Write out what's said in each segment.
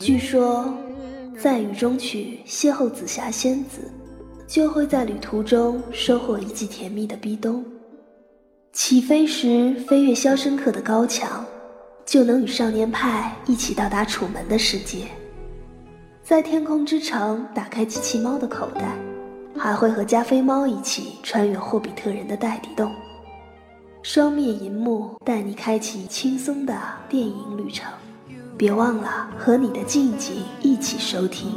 据说，在雨中曲邂逅紫霞仙子，就会在旅途中收获一记甜蜜的壁咚。起飞时飞越《肖申克》的高墙，就能与少年派一起到达楚门的世界。在天空之城打开机器猫的口袋，还会和加菲猫一起穿越霍比特人的袋底洞。双面银幕带你开启轻松的电影旅程，别忘了和你的静静一起收听。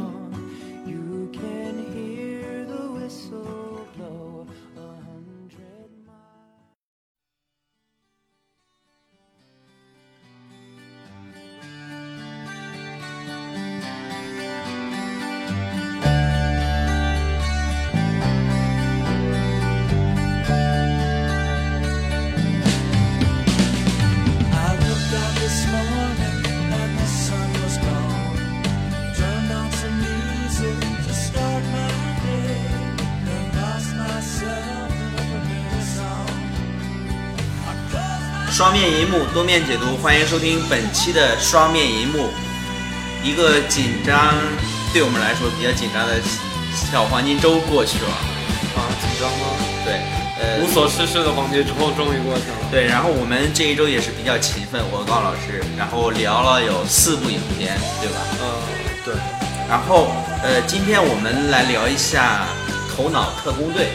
I looked out this morning and the sun was gone. Turned on some music to start my day. Then lost myself in a familiar song. I closed my 双面银幕，多面解读，欢迎收听本期的双面银幕。一个紧张，对我们来说比较紧张的小黄金周过去了，啊，紧张吗？对，呃无，所事事的黄金之后终于过去了。对，然后我们这一周也是比较勤奋，我和高老师，然后聊了有四部影片，对吧？嗯、对，然后，呃，今天我们来聊一下《头脑特工队》，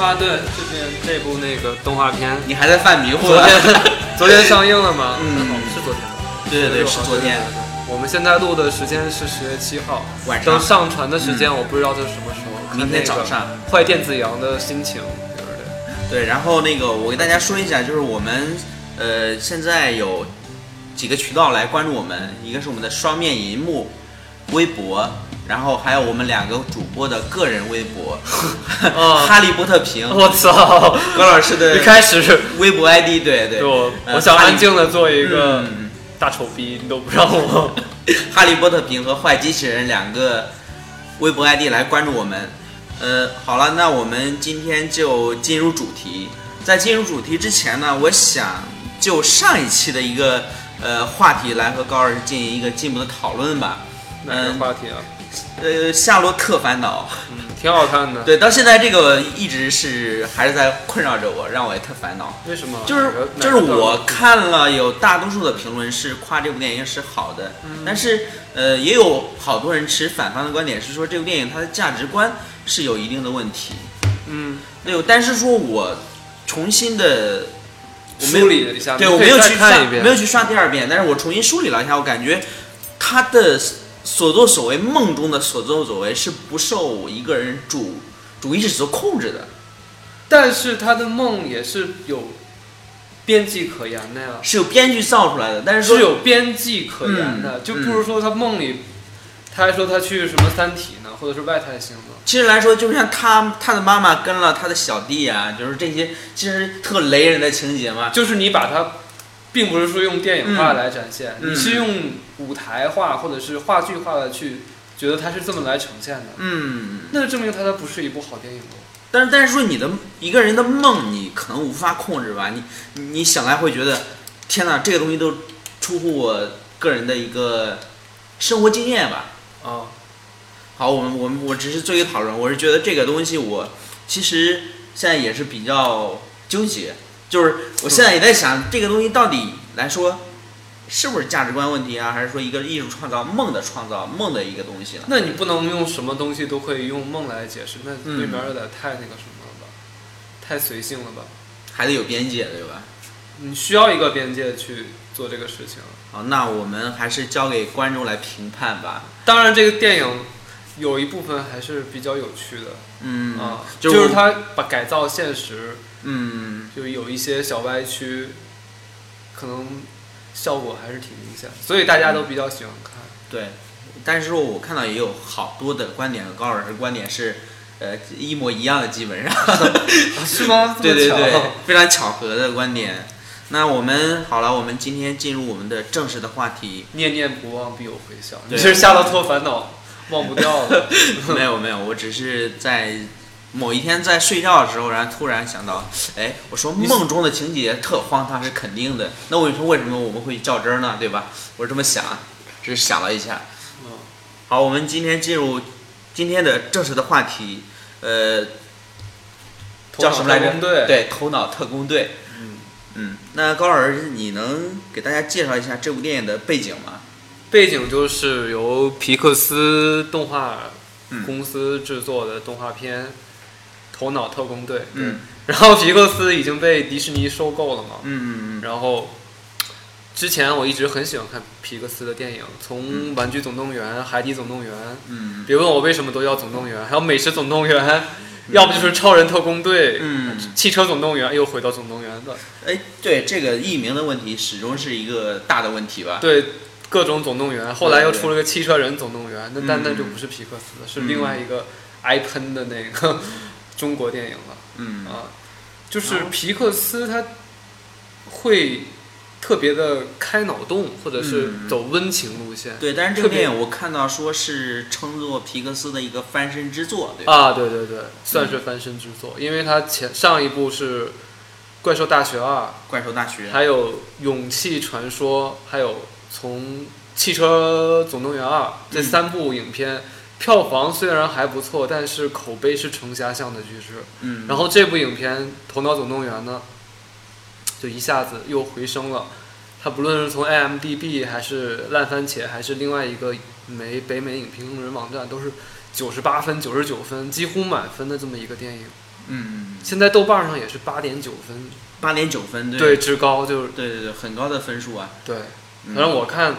啊对，这边这部那个动画片，你还在犯迷糊啊昨了？ 天昨天上映了吗？哦嗯是昨天吧。 对对对， 16是号昨天。。对对对我们现在录的时间是十月七号晚上嗯等上传的时间我不知道这是什么时候。明天早上。坏电子羊的 心情，对不对？对，然后那个我给大家说一下，就是我们呃现在有几个渠道来关注我们，一个是我们的双面银幕微博，然后还有我们两个主播的个人微博， 哦哈利波特评，我操！高老师的一开始微博 ID，对对，对我，呃我想安静的做一个嗯大丑逼，你都不 让我。哈利波特评和坏机器人两个微博 ID 来关注我们。呃，好了，那我们今天就进入主题。在进入主题之前呢，我想就上一期的一个呃话题来和高老师进行一个进一步的讨论吧。哪个嗯、话题啊？呃，夏洛特烦恼，嗯，挺好看的。对，到现在这个一直是还是在困扰着我，让我也特烦恼。为什么？就是哪个就是我看了有大多数的评论是夸这部电影是好的，嗯但是呃也有好多人持反方的观点，是说这部电影它的价值观是有一定的问题。嗯，对，但是说我重新的我没有梳理了一下，对你我可以没有再去看刷一遍，没有去刷第二遍，但是我重新梳理了一下，我感觉他的所作所为，梦中的所作所为是不受一个人主主意识所控制的。啊但是他的梦也是有边际可言的呀，是由编剧造出来的，但是说是有边际可言的，嗯就不如说他梦里，他还说他去什么三体呢，或者是外太星呢，其实来说，就像他他的妈妈跟了他的小弟啊，就是这些其实特雷人的情节嘛。就是你把它。并不是说用电影化嗯来展现，嗯你是用舞台化或者是话剧化的去觉得它是这么来呈现的，嗯，那就证明它它不是一部好电影了。但是但是说你的一个人的梦，你可能无法控制吧？你你你想来会觉得，天哪，这个东西都出乎我个人的一个生活经验吧。哦啊、好，我们我们我只是做一个讨论，我是觉得这个东西我其实现在也是比较纠结，就是我现在也在想这个东西到底来说是不是价值观问题啊，还是说一个艺术创造梦的创造梦的一个东西呢？那你不能用什么东西都可以用梦来解释，那嗯对面有点太那个什么了吧，太随性了吧？还得有边界，对吧？你需要一个边界去做这个事情。好，那我们还是交给观众来评判吧。当然，这个电影有一部分还是比较有趣的嗯，啊，就就是它把改造现实，嗯，就有一些小歪曲，可能效果还是挺明显的，所以大家都比较喜欢看。对。但是说我看到也有好多的观点和高老师的观点是，呃，一模一样的，基本上。嗯 啊是吗？ 这对么对巧对，非常巧合的观点。那我们好了，我们今天进入我们的正式的话题。念念不忘必有回响，对你是夏洛特烦恼忘不掉了。没有没有，我只是在某一天在睡觉的时候，然后突然想到，哎，我说梦中的情节特荒唐是肯定的，那我说为什么我们会较真儿呢？对吧？我是这么想，啊只是想了一下。嗯，好，我们今天进入今天的正式的话题，呃， 叫什么来着？对，对，头脑特工队。嗯嗯，那高老师，你能给大家介绍一下这部电影的背景吗？背景就是由皮克斯动画嗯公司制作的动画片《头脑特工队》。对嗯，然后皮克斯已经被迪士尼收购了嘛。嗯嗯然后之前我一直很喜欢看皮克斯的电影，从《玩具总动员》《海底总动员》，嗯别问我为什么都要《总动员》，还有《美食总动员》，要不就是《超人特工队》嗯嗯，汽车总动员》，又回到总动员了。哎，对，这个译名的问题始终是一个大的问题吧？对，各种总动员，后来又对出了个汽车人总动员，那嗯但那就不是皮克斯了，是嗯另外一个挨喷的那个 中国电影了嗯啊。就是皮克斯他会特别的开脑洞，或者是嗯走温情路线。对，但是这个特别电影我看到说是称作皮克斯的一个翻身之作，对吧？啊，对对对，算嗯是翻身之作，因为他前上一部是《怪兽大学二怪兽大》，学，还有《勇气传说》，还有从《汽车总动员二》这嗯三部影片，票房虽然还不错，但是口碑是呈下降的趋势。嗯，然后这部影片《头脑总动员》呢，就一下子又回升了。它不论是从 IMDB 还是烂番茄，还是另外一个美北美影评人网站，都是九十八分、九十九分，几乎满分的这么一个电影。嗯，现在豆瓣上也是八点九分，八点九分，对，对之高就是对对对，很高的分数啊。对。嗯反正我看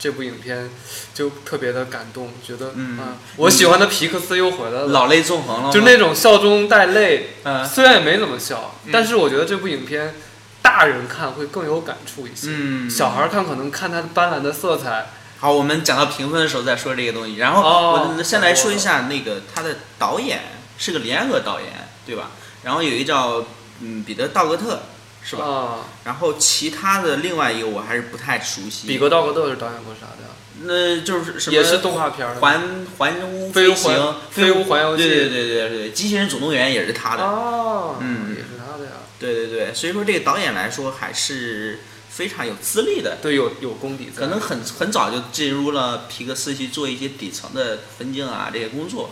这部影片就特别的感动，觉得嗯啊，我喜欢的皮克斯又回来了，老泪纵横了吗，呃就那种笑中带泪，嗯虽然也没怎么笑，嗯但是我觉得这部影片大人看会更有感触一些。嗯，小孩儿看可能看它的斑斓的色彩，好，我们讲到评分的时候再说这个东西。然后哦我先来说一下那个他的导演是个联合导演，对吧？然后有一个叫嗯彼得道格特，是吧？啊，然后其他的另外一个我还是不太熟悉。比格道格特是导演过啥的呀？那就是什么也是动画片儿的环环屋飞飞屋环行飞屋环游记对对对对对，机器人总动员也是他的。哦，嗯也是他的呀。对对对，所以说这个导演来说还是非常有资历的。对，有有功底在，可能很很早就进入了皮克斯去做一些底层的分镜啊这些工作，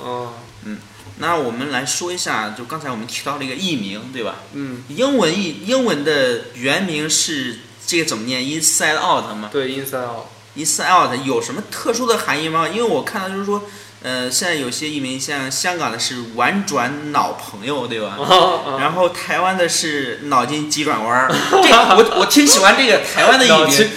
嗯那我们来说一下，就刚才我们提到了一个译名，对吧？嗯，英文译英文的原名是这个怎么念？Inside Out 吗对 ，Inside Out， ？Inside Out 有什么特殊的含义吗？因为我看到就是说，呃，现在有些译名，像香港的是玩转脑朋友，对啊吧？然然后台湾的是脑筋急转弯儿，这我我挺喜欢这个台湾的译名。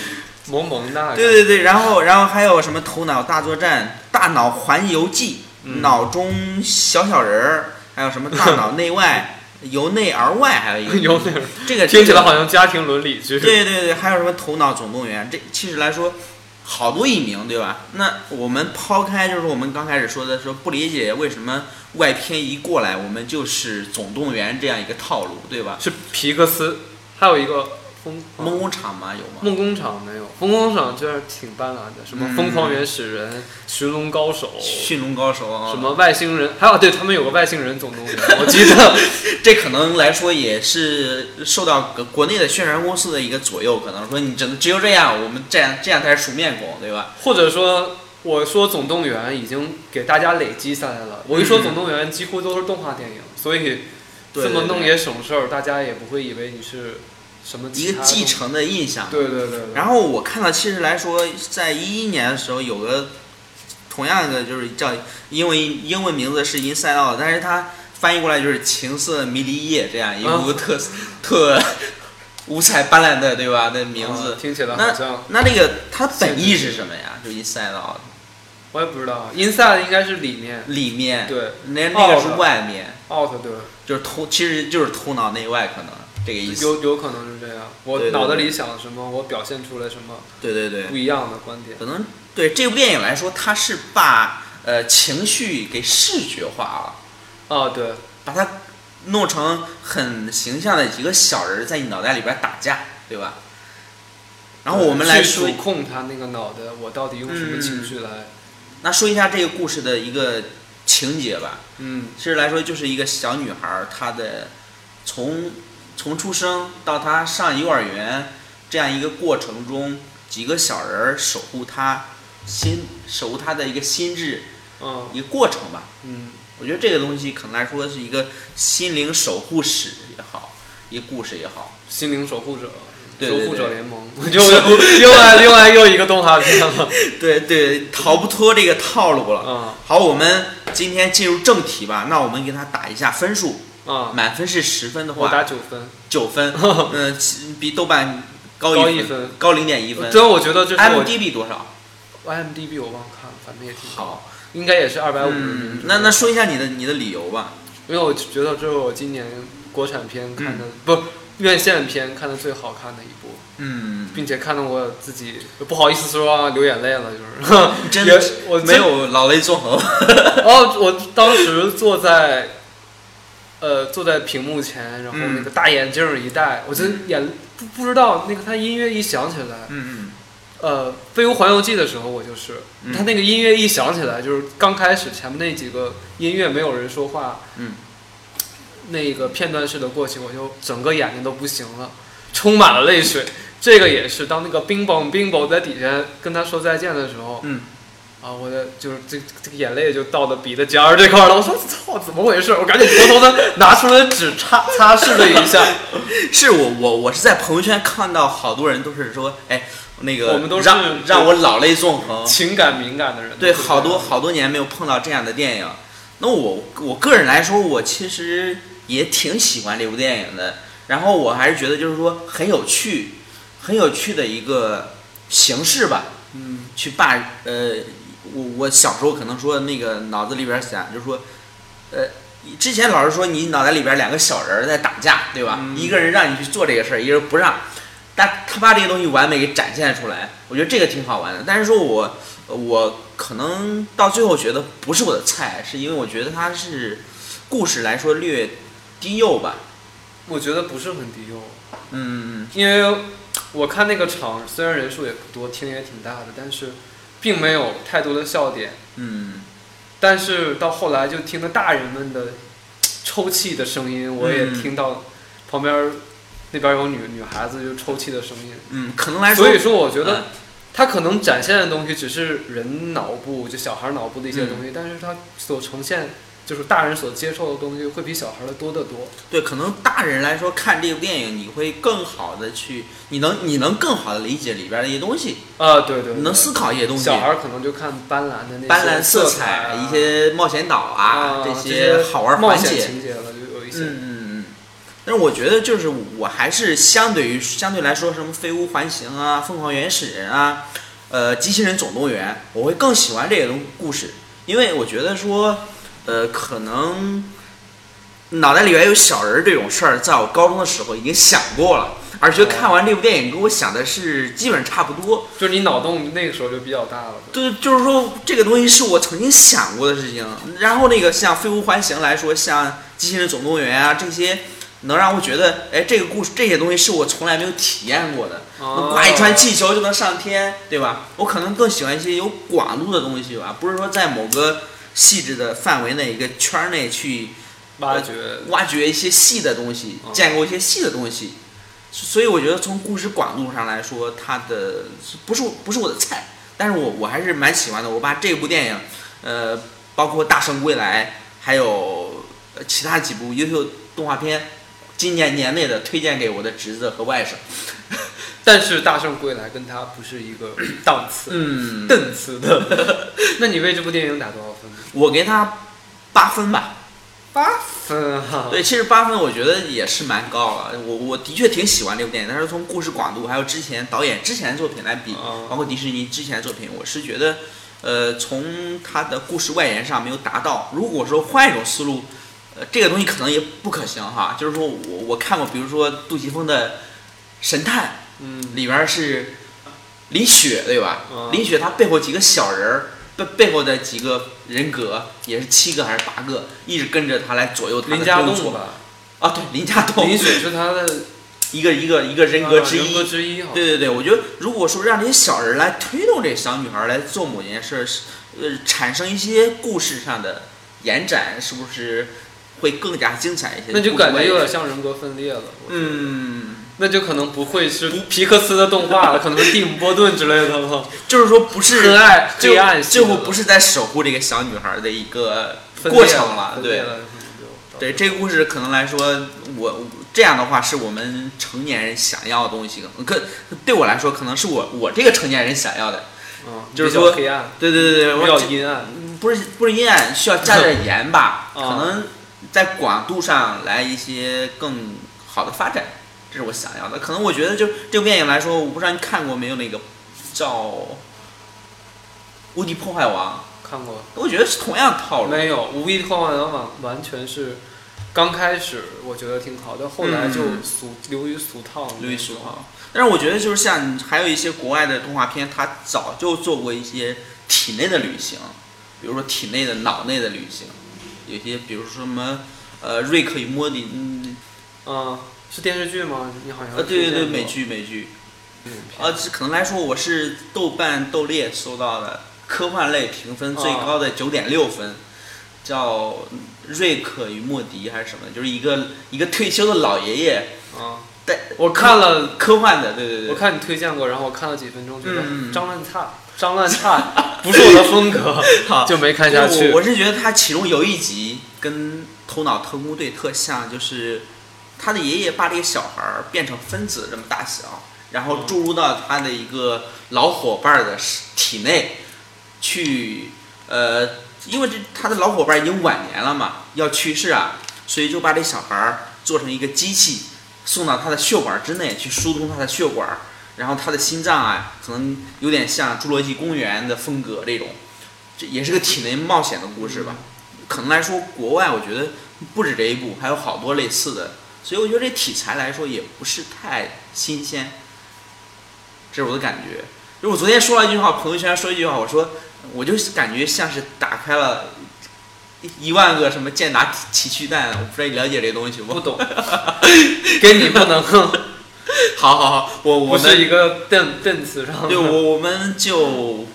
萌萌哒，对对对，然后然后还有什么头脑大作战、大脑环游记、嗯脑中小小人儿，还有什么大脑内 外、由内而外，还有一个有点儿这个听起这来个好像家庭伦理剧。对对对，还有什么头脑总动员？这其实来说。好多译名，对吧？那我们抛开，就是我们刚开始说的，说不理解为什么外片一过来，我们就是总动员这样一个套路，对吧？是皮克斯，还有一个疯啊梦工厂嘛，有吗？梦工厂没有，梦工厂居然挺斑斓的，什么嗯疯狂原始人、寻龙高手，驯龙高手啊，什么外星人，还有对他们有个外星人总动员，我记得这可能来说也是受到国国内的宣传公司的一个左右，可能说你只能只有这样，我们这样这样才是熟面孔，对吧？或者说。我说总动员已经给大家累积下来了。我一说嗯总动员，几乎都是动画电影，所以对这么弄对也省事儿，大家也不会以为你是什么一其个他继东西。承的印象。对对对对。然后我看到，其实来说，在一一年的时候有个同样的就是叫英文英文名字是 Inside Out，但是它翻译过来就是情色迷离夜这样一部特、特五彩斑斓的对吧？那名字啊。听起来好那像那这个它本意是什么呀？就 Inside Out 我也不知道，inside 应该是里面，里面。对哦那那个是 Out 外面， ，out 对，就是头，其实就是头脑内外，可能这个意思。有有可能是这样。我对对对脑袋里想什么，我表现出来什么对对对不，一样的观点。可能对这部电影来说，它是把呃情绪给视觉化了，啊，对，把它弄成很形象的几个小人儿在你脑袋里边打架，对吧？然后我们来说去，主控他那个脑袋，我到底用什么情绪来？那说一下这个故事的一个情节吧。嗯其实来说，就是一个小女孩儿，她的从从出生到她上幼儿园这样一个过程中，几个小人儿守护她心，守护她的一个心智嗯一个过程吧。嗯我觉得这个东西可能来说是一个心灵守护史也好，一个故事也好。心灵守护者，对对守护对者 联盟，又又另外另外又一个动画片了。对对，逃不脱这个套路了。啊好，我们今天进入正题吧。那我们给他打一下分数，啊，满分是十分的我打话，九分。九分， 嗯，其比豆瓣高高一一分，高零点一分。虽然我觉得就是我 IMDB 多少？ IMDB 我忘看了，反正也挺高，好，应该也是二百五十嗯，那那说一下你的你的理由吧。因为我觉得这是我今年国产片看的、不院线片看的最好看的一部，嗯，并且看得我自己不好意思说啊流眼泪了，就是真 也的我没。有老泪纵 横。哦，我当时坐在呃坐在屏幕前，然后那嗯个大眼镜儿一戴，我就眼不不知道那个他音乐一响起来，嗯呃，《飞屋环游记》的时候，我就是嗯他那个音乐一响起来，就是刚开始前面那几个音乐没有人说话，嗯，那个片段式的过去，我就整个眼睛都不行了，充满了泪水。这个也是当那个冰雹冰雹在底下跟他说再见的时候，嗯啊，我的就是这这个眼泪就到了鼻的尖儿这块儿了。我说操，怎么回事？我赶紧偷偷的拿出了纸擦擦拭了一下。 嗯，是我我我是在朋友圈看到好多人都是说，哎，那个我们都是让让我老泪纵横。情感敏感的人，对，好多好多年没有碰到这样的电影。那我我个人来说，我其实也挺喜欢这部电影的。然后我还是觉得就是说很有趣，很有趣的一个形式吧。嗯去把呃，我我小时候可能说那个脑子里边想就是说，呃，之前老师说你脑袋里边两个小人儿在打架，对吧？嗯一个人让你去做这个事儿，一个人不让，但他把这个东西完美给展现出来，我觉得这个挺好玩的。但是说我呃我可能到最后觉得不是我的菜，是因为我觉得它是故事来说略低幼吧。我觉得不是很低幼。嗯，因为我看那个场虽然人数也不多，厅也挺大的，但是并没有太多的笑点。嗯，但是到后来就听着大人们的抽泣的声音，我也嗯听到旁边儿那边有女女孩子就抽泣的声音。嗯，可能来说，所以说，我觉嗯得他可能展现的东西只是人脑部就小孩脑部的一些嗯东西，但是他所呈现就是大人所接受的东西会比小孩的多得多。对，可能大人来说看这部电影，你会更好的去，你能你能更好的理解里边的一些东西，啊，对对你能思考一些东西小，孩可能就看斑斓的那些斑斓色彩、啊一些冒险岛啊、这些好玩冒环险节，情节了，就有一嗯些。嗯嗯。但是我觉得就是我还是相对于相对来说，什么《飞屋环形》啊、《疯狂原始人》啊、呃《机器人总动员》，我会更喜欢这种故事，因为我觉得说，呃，可能脑袋里边有小人儿这种事儿，在我高中的时候已经想过了，而且看完这部电影跟我想的是基本差不多。就是你脑洞那个时候就比较大了。对，就是说这个东西是我曾经想过的事情。然后那个像《飞屋环形》来说，像《机器人总动员》啊这些，能让我觉得，哎，这个故事这些东西是我从来没有体验过的。哦挂一串气球就能上天，对吧？我可能更喜欢一些有广度的东西吧，不是说在某个细致的范围内一个圈儿内去挖掘，挖掘一些细的东西，嗯建构一些细的东西。所以我觉得从故事广度上来说，它的不是不是我的菜，但是我我还是蛮喜欢的。我把这部电影，呃，包括《大圣归来》，还有呃其他几部优秀动画片，今年年内的推荐给我的侄子和外甥。但是《大圣归来》跟他不是一个档次、嗯， 档次的。那你为这部电影打多少分呢？我给他八分吧。八嗯分啊！对，其实八分我觉得也是蛮高了。我我的确挺喜欢这部电影，但是从故事广度还有之前导演之前的作品来比，哦包括迪士尼之前的作品，我是觉得，呃，从它的故事外延上没有达到。如果说换一种思路，呃，这个东西可能也不可行哈。就是说我我看过，比如说杜琪峰的《神探》，嗯，里边儿是李雪对吧？嗯李雪她背后几个小人儿，背背后的几个人格也是七个还是八个，一直跟着她来左右她的林家动栋作。 吧，啊，对，林 家栋，林雪是他的一个一个一个 人格之啊人格一。之一哈。对对对，我觉得如果说让这些小人来推动这小女孩来做某件事儿，是呃，产生一些故事上的延展是不是会更加精彩一些？那就不感觉会有点像人格分裂了。我觉得，嗯，那就可能不会是皮克斯的动画了，可能是蒂姆波顿之类的了。就是说不是很爱最黑暗后系最的后不是在守护这个小女孩的一个分裂过程了，分裂对了就对，这个故事可能来说，我这样的话是我们成年人想要的东西，可对我来说可能是我我这个成年人想要的，嗯，就是比较说黑暗，对对对对，比我较阴暗。不是不是阴暗，需要加点盐 吧，啊可能在广度上来一些更好的发展，这是我想要的。可能我觉得就这部电影来说，我不知道你看过没有那个叫《无敌破坏王看过》，我觉得是同样套路。没有？无意幻幻完完全是刚开始我觉得挺好，但后来就嗯俗流于俗套。刘易书啊，但是我觉得就是像还有一些国外的动画片，它早就做过一些体内的旅行，比如说体内的、脑内的旅行，有些比如说什么呃《瑞克与莫蒂》嗯，嗯，是电视剧吗？你好像呃对对对推荐过美。剧美剧，嗯呃，这可能来说，我是豆瓣豆列搜到的科幻类评分啊最高的九点六分，叫《瑞克与莫迪》还是什么，就是一个一个退休的老爷爷，嗯，但我看了，科幻的，对对我对，看你推荐过，然后我看了几分钟，觉得嗯张烂 差，张烂差不是我的风格，好 就没看下去我我是觉得他其中有一集跟《头脑特工队》特像，就是他的爷爷把这个小孩儿变成分子这么大小，然嗯后注入到他的一个老伙伴儿的体内去，呃，因为这他的老伙伴已经晚年了嘛，要去世啊，所以就把这小孩儿做成一个机器，送到他的血管之内去疏通他的血管儿，然后他的心脏啊，可能有点像《侏罗纪公园》的风格这种，这也是个体内冒险的故事吧。可能来说，国外我觉得不止这一部，还有好多类似的，所以我觉得这题材来说也不是太新鲜，这是我的感觉。就我昨天说了一句话，朋友圈说一句话，我说我就是感觉像是打开了一万个什么健达奇趣蛋，我不知道你了解这东西不不？懂，给你不能， 好好好，我我不们是一个凳凳词上的。对，我我们就，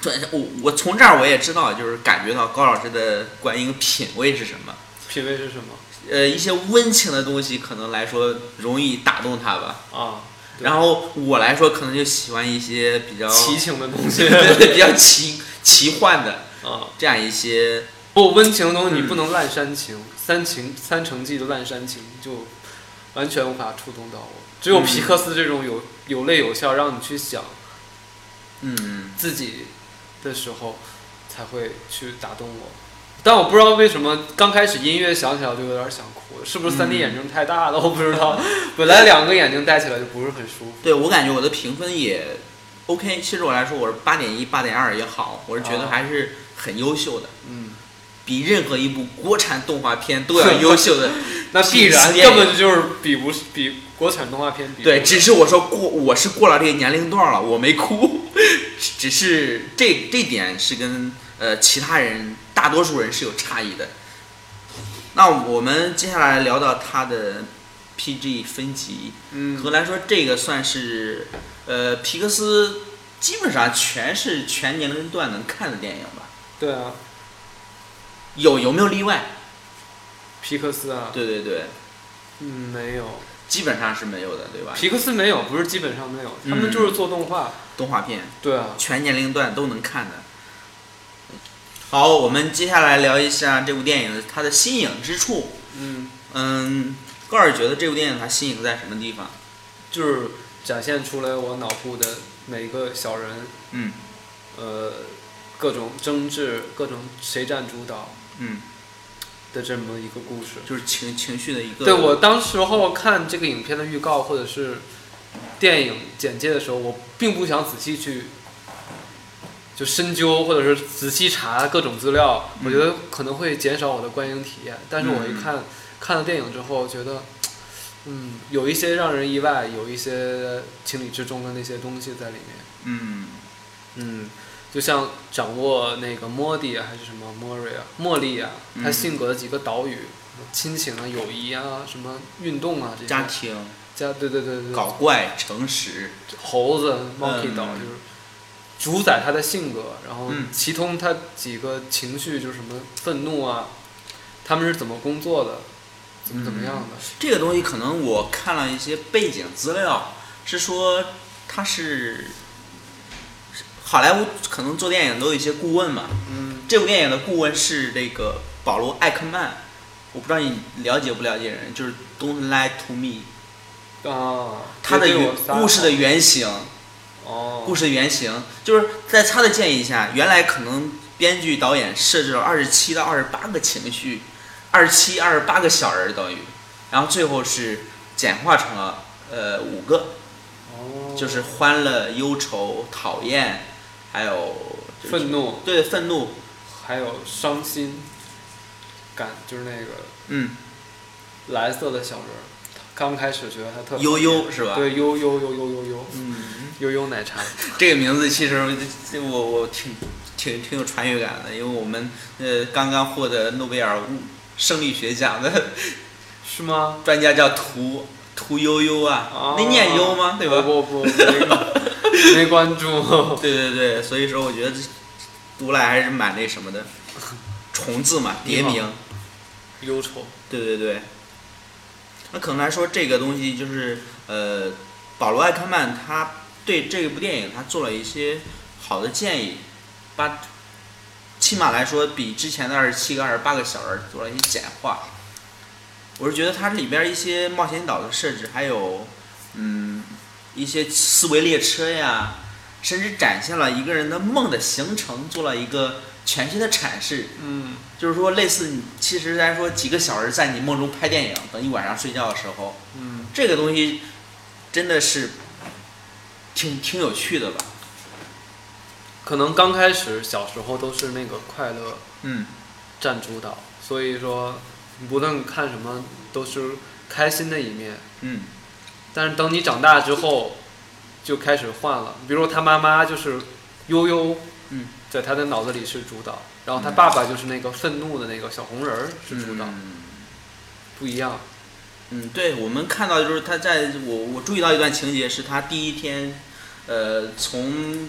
对，我我从这儿我也知道，就是感觉到高老师的观影品味是什么。品味是什么呃，一些温情的东西可能来说容易打动他吧。啊？对然后我来说，可能就喜欢一些比较 奇情的东西比较奇奇幻的啊。这样一些。不温情的东嗯西你不能滥煽情，三情三成记的滥煽情就完全无法触动到我。只有皮克斯这种有有泪有笑，让你去想嗯，自己的时候，才会去打动我。但我不知道为什么刚开始音乐响起来我就有点想哭，是不是三 D 嗯眼睛太大了？我不知道，本来两个眼睛戴起来就不是很舒服。对我感觉我的评分也 OK。其实我来说，我是八点一、八点二也好，我是觉得哦还是很优秀的，嗯，比任何一部国产动画片都要优秀的。那必皮克斯然电影根本就是比不比国产动画片比不对，了只是我说过，我是过了这个年龄段了，我没哭，只只是这这点是跟呃其他人大多数人是有差异的。那我们接下来聊到它的 PG 分级，嗯可能来说这个算是呃皮克斯基本上全是全年龄段能看的电影吧，对啊，有有没有例外？皮克斯啊，对对对，嗯，没有。基本上是没有的，对吧？皮克斯没有，不是基本上没有，嗯他们就是做动画。动画片。对啊，全年龄段都能看的。好，我们接下来聊一下这部电影它的新颖之处。嗯，嗯，高尔觉得这部电影它新颖在什么地方？就是展现出来我脑部的每个小人，嗯呃，各种争执，各种谁占主导嗯，的这么一个故事。就是情情绪的一个。对我当时候看这个影片的预告或者是电影简介的时候，我并不想仔细去就深究或者是仔细查各种资料，我觉得可能会减少我的观影体验。但是我一看、看了电影之后，觉得。嗯，有一些让人意外，有一些情理之中的那些东西在里面。嗯嗯，就像掌握那个莫迪啊，还是什么莫瑞啊、茉莉啊，嗯他性格的几个岛屿，亲情啊、友谊啊、什么运动啊这些，家庭家对对对对，搞怪、诚实，猴子 monkey 岛、嗯就是主宰他的性格，然后嗯其中他几个情绪就是什么愤怒啊，他们是怎么工作的，怎么怎么样的，这个东西可能我看了一些背景资料，是说他是是好莱坞可能做电影都有一些顾问嘛。嗯，这部电影的顾问是这个保罗·艾克曼，我不知道你了解不了解人，就是《Don't Lie to Me》，啊，他的也对原我撒谎故事的原型，哦，故事的原型就是在他的建议下，原来可能编剧导演设置了二十七到二十八个情绪，二十七二十八个小人儿等于，然后最后是简化成了呃五个，哦，就是欢乐、忧愁、讨厌，还有、就是、愤怒，对愤怒，还有伤心感，就是那个嗯，蓝色的小人儿，刚开始觉得他特别悠，悠是吧？，对悠悠悠悠悠悠嗯，悠悠奶茶，这个名字其实我我我挺挺挺有穿越感的，因为我们呃刚刚获得诺贝尔物生理学奖的 是吗？专家叫屠屠呦呦啊哦， 那念悠吗？对吧？呃不不 不，没没关注。对对对，所以说我觉得这读来还是蛮那什么的， 重字嘛，你别好名，忧愁，对对对。那可能来说，这个东西就是呃，保罗·艾克曼他对这部电影他做了一些好的建议，把起码来说比之前的二十七个、二十八个小人儿做了一些简化。我是觉得它里边儿一些冒险岛的设置，还有嗯一些思维列车呀，甚至展现了一个人的梦的形成，做了一个全新的阐释。嗯，就是说，类似你其实来说，几个小人在你梦中拍电影，等你晚上睡觉的时候，嗯，这个东西真的是挺挺有趣的吧？可能刚开始小时候都是那个快乐嗯，占主导，所以说无论看什么都是开心的一面。嗯，但是等你长大之后，就开始换了。比如他妈妈就是悠悠，嗯，在他的脑子里是主导，然后他嗯爸爸就是那个愤怒的那个小红人儿是主导，嗯不一样。嗯，对，我们看到就是他在我我注意到一段情节，是他第一天，呃，从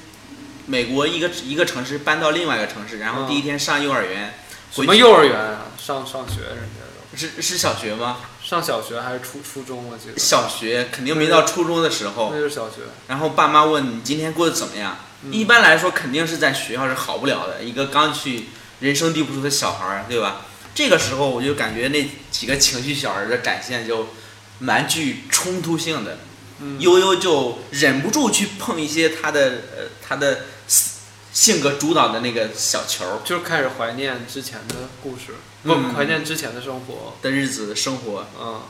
美国一个一个城市搬到另外一个城市，然后嗯第一天上幼儿园，什回么去幼儿园啊？上上学人家都是是小学吗？上小学还是初初中？我记得小学肯定没到初中的时候那，就是小学。然后爸妈问你今天过得怎么样？嗯一般来说，肯定是在学校是好不了的。一个刚去人生地不熟的小孩儿，对吧？这个时候我就感觉那几个情绪小人的展现就蛮具冲突性的。嗯悠悠就忍不住去碰一些他的呃他的性性格主导的那个小球儿就是开始怀念之前的故事，不、嗯怀念之前的生活。的日子生活，嗯，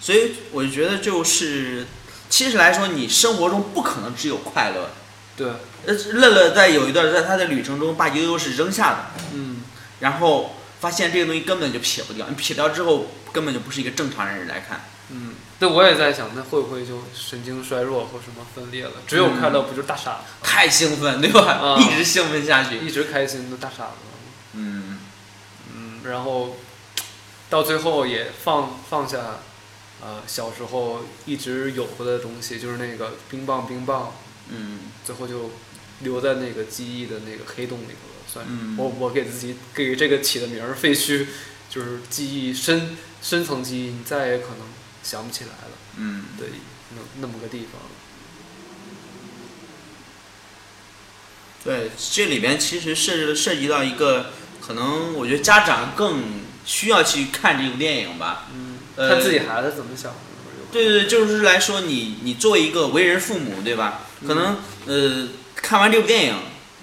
所以我就觉得就是，其实来说，你生活中不可能只有快乐。对，呃，乐乐在有一段在他的旅程中把悠悠是扔下的，嗯，然后发现这个东西根本就撇不掉，你撇掉之后根本就不是一个正常人来看。嗯，那我也在想，那会不会就神经衰弱或什么分裂了？只有嗯快乐，不就大傻子？太兴奋，对吧？啊一直兴奋下去。一直开心的大傻子。嗯，嗯，然后到最后也放放下，呃，小时候一直有过的东西，就是那个冰棒冰棒，嗯，最后就留在那个记忆的那个黑洞里头了，算是。嗯我我给自己给这个起的名儿“废墟”，就是记忆深深层记忆，你再也可能想不起来了。嗯，对，那那么个地方。对，这里边其实涉及了涉及到一个，可能我觉得家长更需要去看这部电影吧。嗯，呃看自己孩子怎么想的。有可能对对，对，就是来说你你作为一个为人父母，对吧？可能、呃看完这部电影，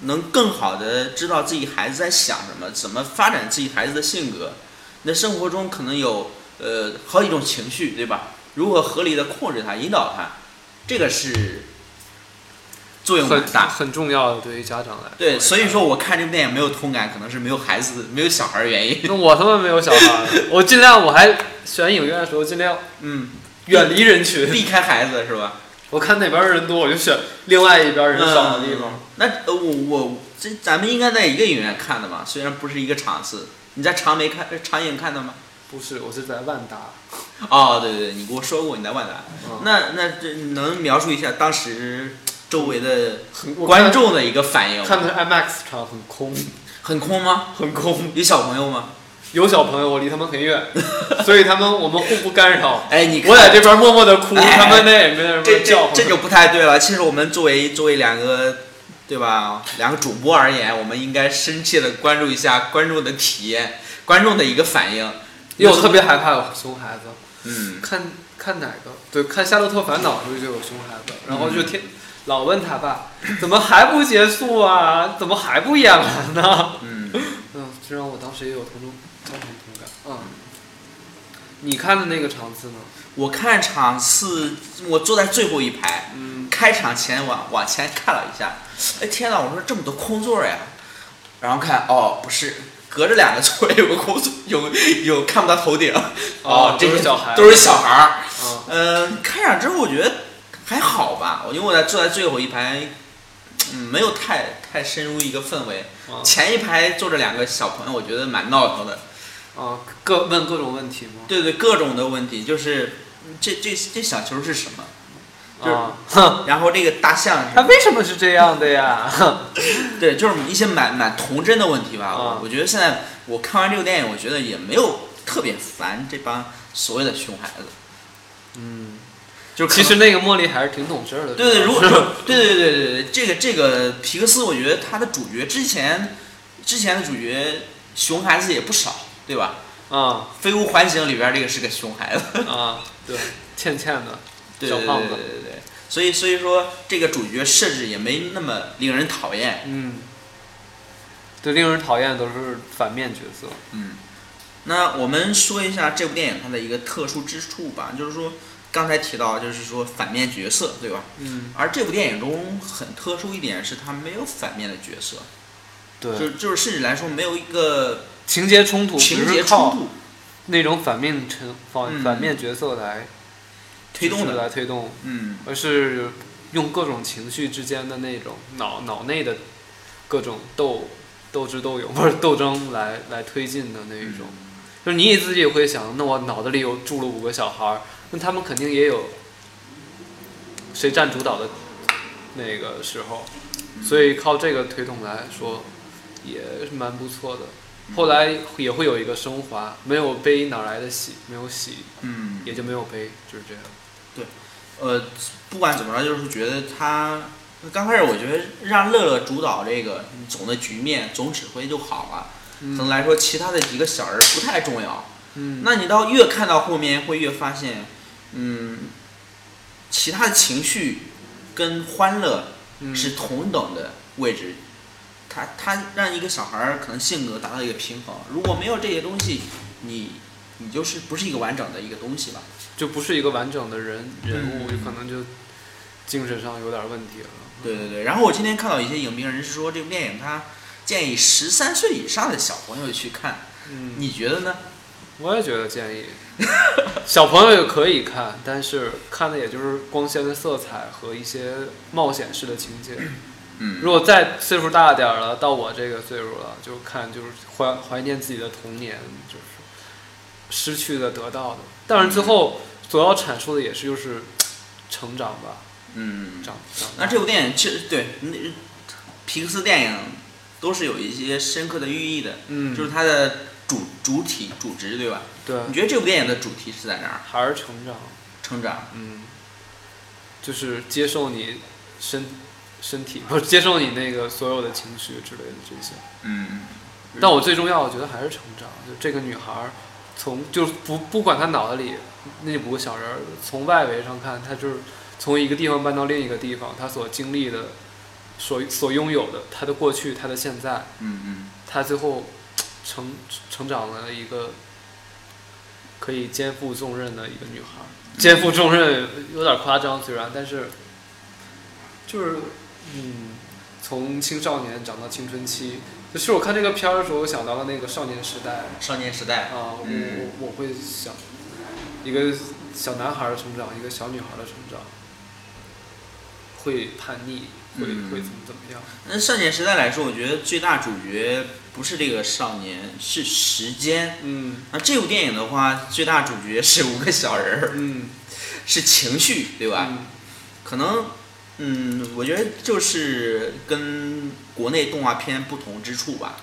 能更好的知道自己孩子在想什么，怎么发展自己孩子的性格。你的生活中可能有呃好几种情绪，对吧？如何合理的控制它、引导它，这个是作用蛮很大。很重要的，对于家长来说。对，所以说我看这部电影没有同感，可能是没有孩子、没有小孩儿的原因。那我他妈没有小孩儿，我尽量我还选影院的时候尽量嗯，远离人 群。避开孩子是吧？我看哪边儿人多，我就选另外一边儿人少的地方。嗯那呃，我我这咱们应该在一个影院看的嘛，虽然不是一个场次。你在长梅看呃长影看的吗？不是，我是在万达。哦，对对对，你跟我说过你在万达。嗯那那这能描述一下当时周围的很我看观众的一个反应。看的 IMAX 场很空，很空吗？很空，有小朋友吗？有小朋友，我离他们 很远，所以他们我们互不干扰。哎，你看我在这边默默的哭，哎他们那也没在这边叫这唤。这就不太对了。其实我们作为作为两个，对吧？两个主播而言，我们应该深切的关注一下观众的体验，观众的一个反应。因为我特别害怕有熊孩子，嗯，看看哪个？对，看《夏洛特烦恼》的时候就有熊孩子，然后嗯就天、老问他爸，怎么还不结束啊？怎么还不演完呢？嗯，嗯，这让我当时也有同种同种同感。嗯，你看的那个场次呢？我看场次，我坐在最后一排，嗯，开场前往往前看了一下，哎天哪！我说这么多空座呀，然后看哦不是，隔着两个座位有个空座，有有看不到头顶，哦这都是些小孩都是小孩儿。啊，嗯、开场之后我觉得还好吧，我因为我在坐在最后一排，嗯，没有太太深入一个氛围。啊前一排坐着两个小朋友，我觉得蛮闹腾的。啊，各问各种问题吗？对对，各种的问题，就是嗯这这这小球是什么？就是啊，哼，然后这个大象是什他么为什么是这样的呀？ 对，就是一些蛮蛮童真的问题吧。啊我我觉得现在我看完这个电影，我觉得也没有特别烦这帮所谓的熊孩子。嗯，就可其能实那个茉莉还是挺懂事儿的。对对， 如果是吧对对对对对，这个这个皮克斯，我觉得他的主角之前之前的主角熊孩子也不少，对吧？啊《飞屋环形》里边这个是个熊孩子，啊，对，倩倩的对 小对对胖对子对对。所以所以说这个主角设置也没那么令人讨厌，嗯，对，令人讨厌都是反面角色。嗯。那我们说一下这部电影它的一个特殊之处吧，就是说刚才提到就是说反面角色，对吧？嗯，而这部电影中很特殊一点是它没有反面的角色，就对，就是甚至来说没有一个情节冲突情只节是冲靠突那种反面成反嗯反面角色来推动就是的，来推动，嗯，而是用各种情绪之间的那种脑脑内的各种斗斗智斗勇不 是斗争来来推进的那一种。嗯就是你自己也会想，那我脑子里有住了五个小孩儿，那他们肯定也有谁占主导的那个时候，嗯所以靠这个推动来说也是蛮不错的。嗯后来也会有一个升华，没有悲哪来的喜？没有喜嗯，也就没有悲，就是这样。呃，不管怎么着，就是觉得他刚开始我觉得让乐乐主导这个总的局面、总指挥就好了，可能嗯来说其他的几个小人不太重要。嗯，那你到越看到后面，会越发现，嗯，其他的情绪跟欢乐嗯是同等的位置。他他让一个小孩儿可能性格达到一个平衡，如果没有这些东西，你你就是不是一个完整的一个东西吧？就不是一个完整的人人物，嗯有可能就精神上有点问题了。对对对，然后我今天看到一些影评人是说这部电影他建议十三岁以上的小朋友去看，嗯，你觉得呢？我也觉得建议，小朋友也可以看，但是看的也就是光鲜的色彩和一些冒险式的情节。嗯如果再岁数大点儿了，到我这个岁数了，就看就是怀怀念自己的童年，就是失去的、得到的。但是最后所要阐述的也是就是成长吧，嗯，长长那大。这部电影其实对那皮克斯电影都是有一些深刻的寓意的，嗯，就是它的主主体主旨对吧？对，你觉得这部电影的主题是在哪儿？还是成长。成长，嗯，就是接受你身身体，不是接受你那个所有的情绪之类的这些。嗯但我最重要，我觉得还是成长。就这个女孩儿从，就是不不管她脑子里那五个小人儿，从外围上看，她就是从一个地方搬到另一个地方，她所经历的、所所拥有的，她的过去，她的现在，嗯嗯，她最后成成长了一个可以肩负重任的一个女孩儿。肩负重任有点夸张，虽然，但是就是嗯，从青少年长到青春期。其实我看这个片儿的时候，我想到了那个少年时代少年时代，啊，我嗯我我会想一个小男孩儿的成长，一个小女孩儿的成长，会叛逆，会嗯会怎么怎么样？那少年时代来说，我觉得最大主角不是这个少年，是时间。嗯那这部电影的话，最大主角是五个小人儿，嗯，是情绪，对吧？嗯可能，嗯，我觉得就是跟国内动画片不同之处吧。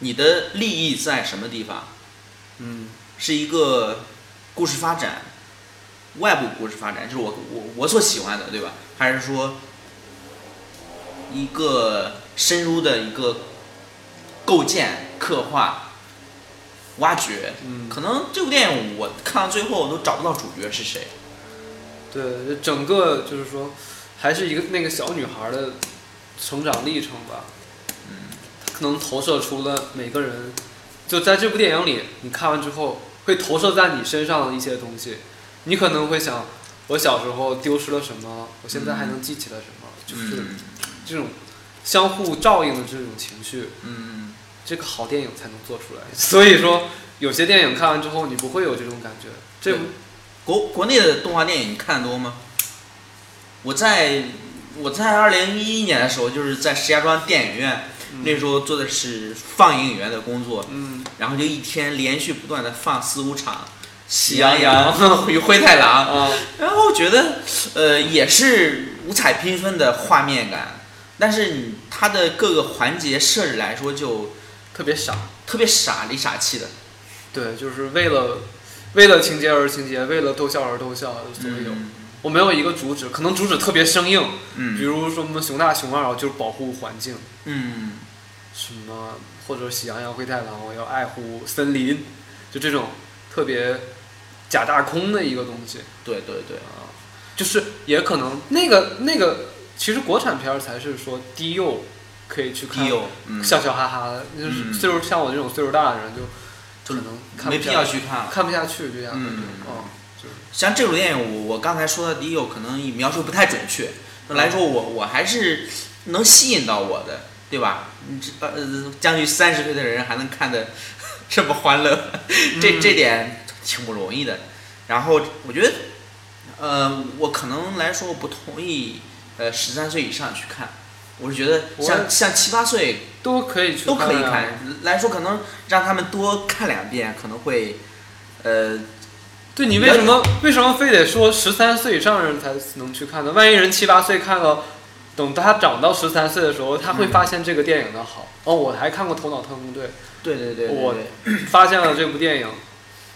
你的利益在什么地方？嗯，是一个故事发展，外部故事发展，就是我我我所喜欢的，对吧？还是说一个深入的一个构建、刻画、挖掘？嗯可能这部电影我看到最后我都找不到主角是嗯谁。对，整个就是说，还是一个那个小女孩的成长历程吧。嗯，可能投射出了每个人，就在这部电影里，你看完之后会投射在你身上的一些东西。你可能会想，我小时候丢失了什么，我现在还能记起了什么，就是嗯这种相互照应的这种情绪。嗯这个好电影才能做出来。所以说，有些电影看完之后，你不会有这种感觉。这对国国内的动画电影你看得多吗？我在我在二零一一年的时候，就是在石家庄电影院，那时候做的是放映员的工作，嗯，然后就一天连续不断的放四五场《喜羊羊羊与灰太狼》，啊，然后觉得呃也是五彩缤纷的画面感，但是你它的各个环节设置来说就特别傻。特别傻里傻气的，对，就是为了为了情节而情节，为了逗笑而逗笑，所以有。我没有一个主旨，可能主旨特别生硬，嗯比嗯嗯如说什么熊大熊二啊就是保护环境，嗯什么或者喜羊羊灰太狼我啊要爱护森林，就这种特别假大空的一个东西。对对对，啊，就是也可能那个那个，其实国产片儿才是说低幼可以去看，低幼嗯笑笑哈哈的，就是嗯岁数像我这种岁数大的人就可能看不没下必要去看。看不下去这样，嗯哦像这种电影，我我刚才说的第一个可能描述不太准确，那来说我我还是能吸引到我的，对吧？你这呃，将近三十岁的人还能看的 这么欢乐，嗯这这点挺不容易的。然后我觉得，呃，我可能来说不同意，呃，十三岁以上去看，我是觉得我像像七八岁都可以去都可以啊看，来说可能让他们多看两遍，可能会，呃，对你为什么为什么非得说十三岁以上的人才能去看呢？万一人七八岁看了，等他长到十三岁的时候，他会嗯发现这个电影的好。哦，我还看过《头脑特工队》。对对对对我对发现了这部电影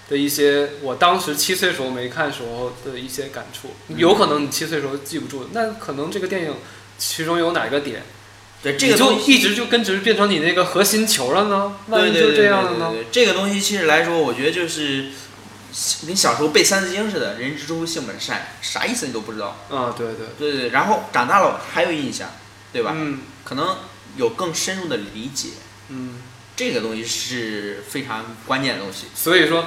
的一些我当时七岁时候没看时候的一些感触。嗯有可能你七岁时候记不住，那可能这个电影其中有哪个点，对这个你东就西一直就根植变成你那个核心球了呢？万一就这样了呢？对对对对对这个东西其实来说，我觉得就是跟小时候背三字经似的，“人之初，性本善”，啥意思你都不知道。啊，对对，对对对，然后长大了还有印象，对吧？嗯可能有更深入的理解，嗯，这个东西是非常关键的东西。所以说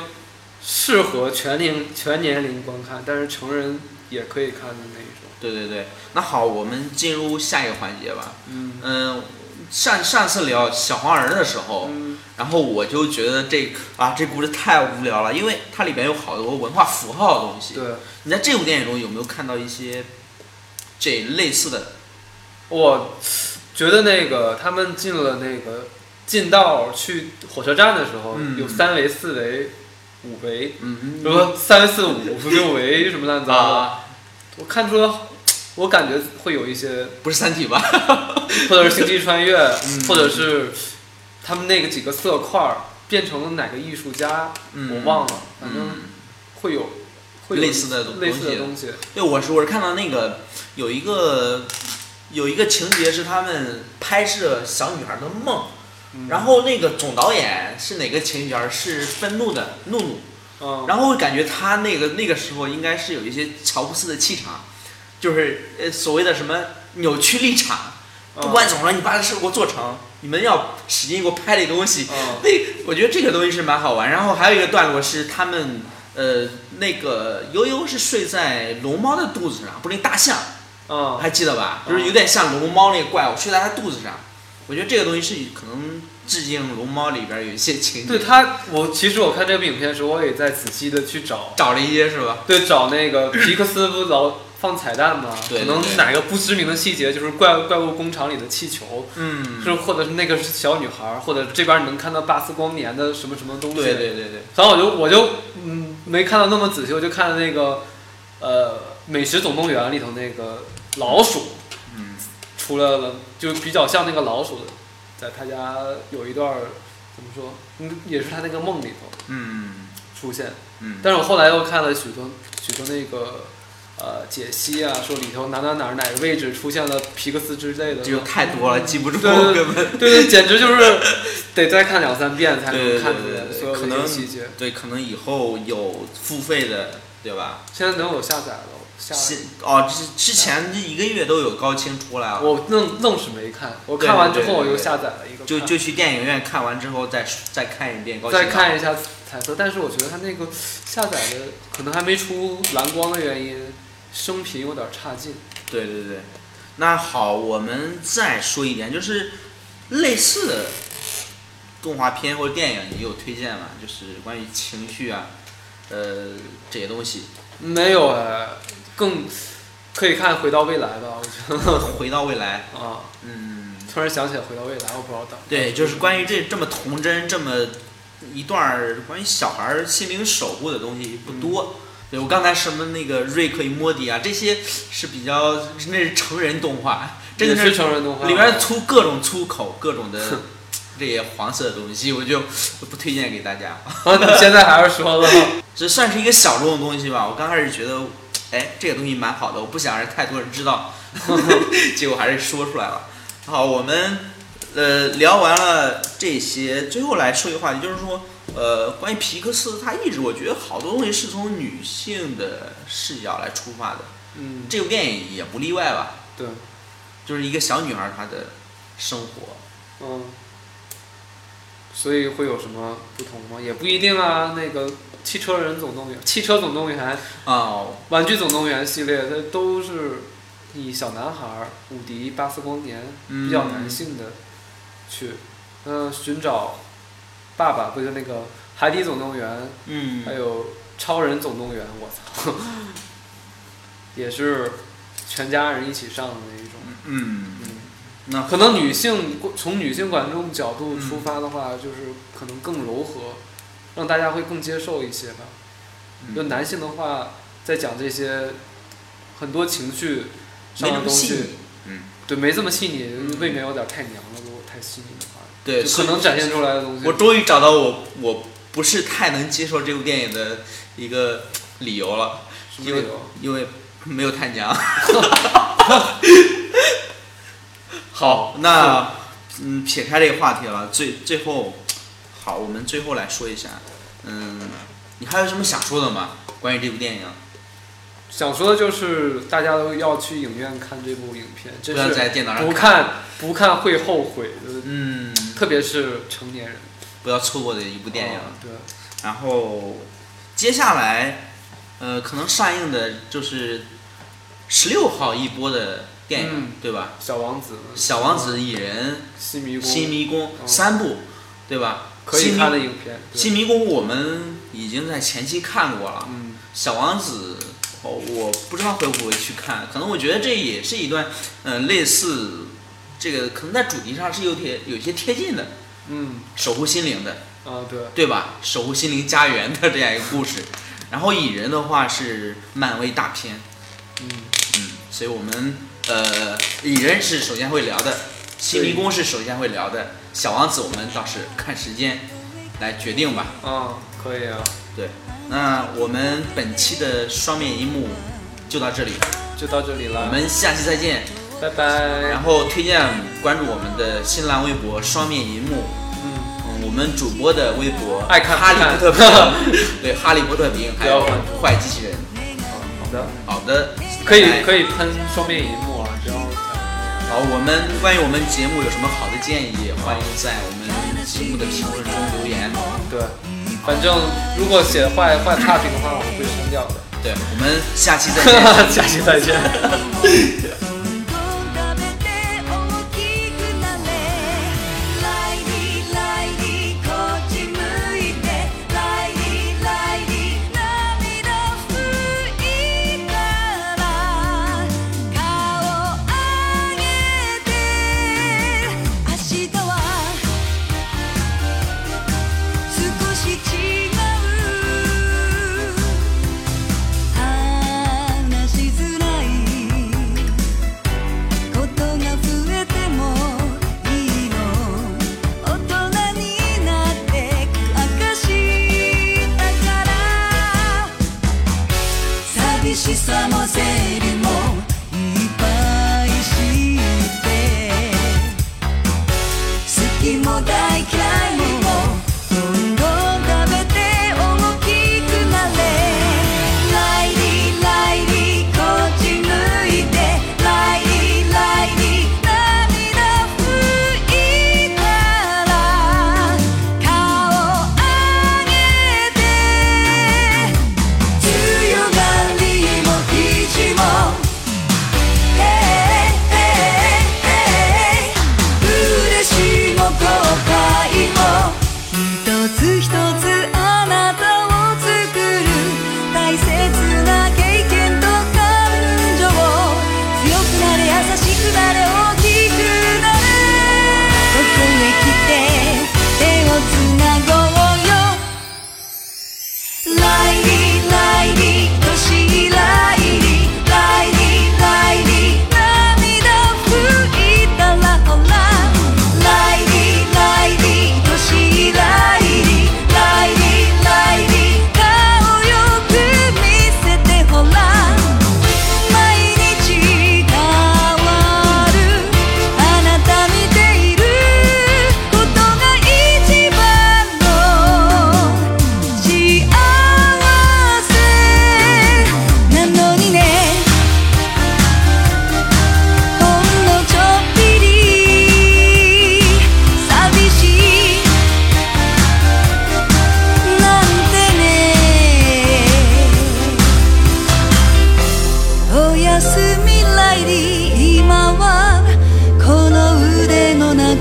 适合全龄全年龄观看，但是成人也可以看的那一种。对对对，那好，我们进入下一个环节吧。嗯嗯、上上次聊小黄人的时候，嗯然后我就觉得这个啊，这故事太无聊了，因为它里边有好多文化符号的东西。对。你在这部电影中有没有看到一些这类似的？我觉得那个他们进了那个进到去火车站的时候，嗯有三维、四维、五维，嗯什么三四五六维什么乱七八糟的，啊，我看出了，我感觉会有一些，不是《三体》吧？ 或者是星际穿越，嗯或者是他们那个几个色块儿变成了哪个艺术家，嗯我忘了，反正嗯，会有。会有类似的东西类似的东西，对，我是我是看到那个有一个有一个情节是他们拍摄小女孩的梦，嗯然后那个总导演是哪个情节儿是愤怒的怒怒，嗯，然后我感觉他那个那个时候应该是有一些乔布斯的气场，就是呃所谓的什么扭曲立场，嗯不管怎么说，你把这事给我做成，你们要使劲给我拍这东西。嗯那我觉得这个东西是蛮好玩。然后还有一个段落是他们呃那个悠悠是睡在龙猫的肚子上，不是那大象，嗯，还记得吧？嗯就是有点像龙猫那个怪物睡在它肚子上。我觉得这个东西是可能致敬龙猫里边有一些情节，对他，我其实我看这部影片的时候，我也在仔细的去找找了一些是吧？对，找那个皮克斯不老放彩蛋吗？对对可对能哪个不知名的细节，就是怪怪物工厂里的气球，嗯，是或者是那个是小女孩，或者这边你能看到巴斯光年的什么什么东西。对对对对，然后我就我就嗯没看到那么仔细，我就看那个呃《美食总动员》里头那个老鼠，嗯，除了了就比较像那个老鼠的，在他家有一段儿怎么说，嗯，也是他那个梦里头嗯出现。嗯但是我后来又看了许多许多那个呃解析啊，说里头哪哪哪儿哪个位置出现了皮克斯之类的，这个太多了，记不住，对对根本对对，简直就是得再看两三遍才对对对能看对出来对所有可的一能些细节。对，可能以后有付费的，对吧？现在能有下载了，下是哦，之之前这一个月都有高清出来了，我愣愣是没看，我对看完之对后我对又对下载了一个看，就就去电影院看完之后再再看一遍高清再版。看一下彩色，但是我觉得它那个下载的可能还没出蓝光的原因，生频有点差劲。对对对，那好，我们再说一点，就是类似的动画片或者电影，你有推荐吗？就是关于情绪啊，呃，这些东西。 没有哎，更可以看《回到未来》吧，我觉回到未来，得啊，嗯，突然想起来《回到未来》，我不知道当对，就是关于这这么童真，这么一段儿关于小孩儿心灵守护的东西嗯不多。对我刚才什么那个瑞克与莫蒂啊，这些是比较那是成人动画，这个也是是成人动画里边粗各种粗口，各种的这些黄色的东西，我就不推荐给大家。啊， 你现在还是说了，这算是一个小众的东西吧。我刚开始觉得，哎，这个东西蛮好的，我不想让太多人知 道，结果还是说出来了。好，我们呃聊完了这些，最后来说一个话题，就是说，呃，关于皮克斯，他一直我觉得好多东西是从女性的视角来出发的，嗯，这部电影也不例外吧，对，就是一个小女孩她的生活。嗯，所以会有什么不同吗？也不一定啊。那个《汽车人总动员》《汽车总动员》《哦，玩具总动员》系列，它都是以小男孩儿伍迪、巴斯光年嗯比较男性的去，嗯、寻找爸爸，不是那个《海底总动员》嗯，还有《超人总动员》，我操， 也是全家人一起上的那一种。嗯，嗯，那可能女性从女性观众角度出发的嗯话，就是可能更柔和，让大家会更接受一些吧。就嗯男性的话，在讲这些很多情绪没上那的么东细腻西，，对，没这么细腻嗯，未免有点太娘了。如果太细腻的话，对，就所可以能展现出来的东西我，终于找到我我不是太能接受这部电影的一个理由了，什么因理为由？因为没有太 娘。好那嗯，撇开这个话题了，最最后，好，我们最后来说一下，嗯，你还有什么想说的吗？关于这部电影，想说的就是，大家都要去影院看这部影片，不真要是在电脑上不，看不看会后悔的，嗯，特别是成年人。不要错过的一部电影。啊对。然后接下来，呃，可能上映的就是十六号一播的电影，嗯对吧？小王子、 《小王子》《蚁人》新迷《宫、新迷宫》嗯三部，对吧？可以看的新迷影片。对新迷宫我们已经在前期看过了，嗯嗯， 《小王子》哦，我不知道会不会去看，可能我觉得这也是一段，嗯、类似这个可能在主题上是有点有些贴近的，嗯守护心灵的，啊，对，对吧？守护心灵家园的这样一个故事。然后蚁人的话是漫威大片，嗯，嗯，所以我们呃，蚁人是首先会聊的，新迷宫是首先会聊的，小王子我们倒是看时间来决定吧。啊，可以啊，对，那我们本期的双面一幕就到这里，就到这里了，我们下期再见。拜拜然。后推荐关注我们的新浪微博双面一幕，嗯，嗯，我们主播的微博爱看哈利波特不看评， 对哈利波特评，还有不要坏机器人。好的，好的，拜拜可以可以喷双面银幕啊，只要好，我们关于我们节目有什么好的建议，欢迎在我们节目的评论中留言。对，反正如果写坏坏差评的话，我会删掉的。对，我们下期再见。 下期 再「见。大きくなれ」「ライリーライリーライリーライリー」「こっち向いて」「ライリーライリー」「涙拭いたら顔上げて」「明日は少し違う」「話しづらい」「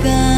感。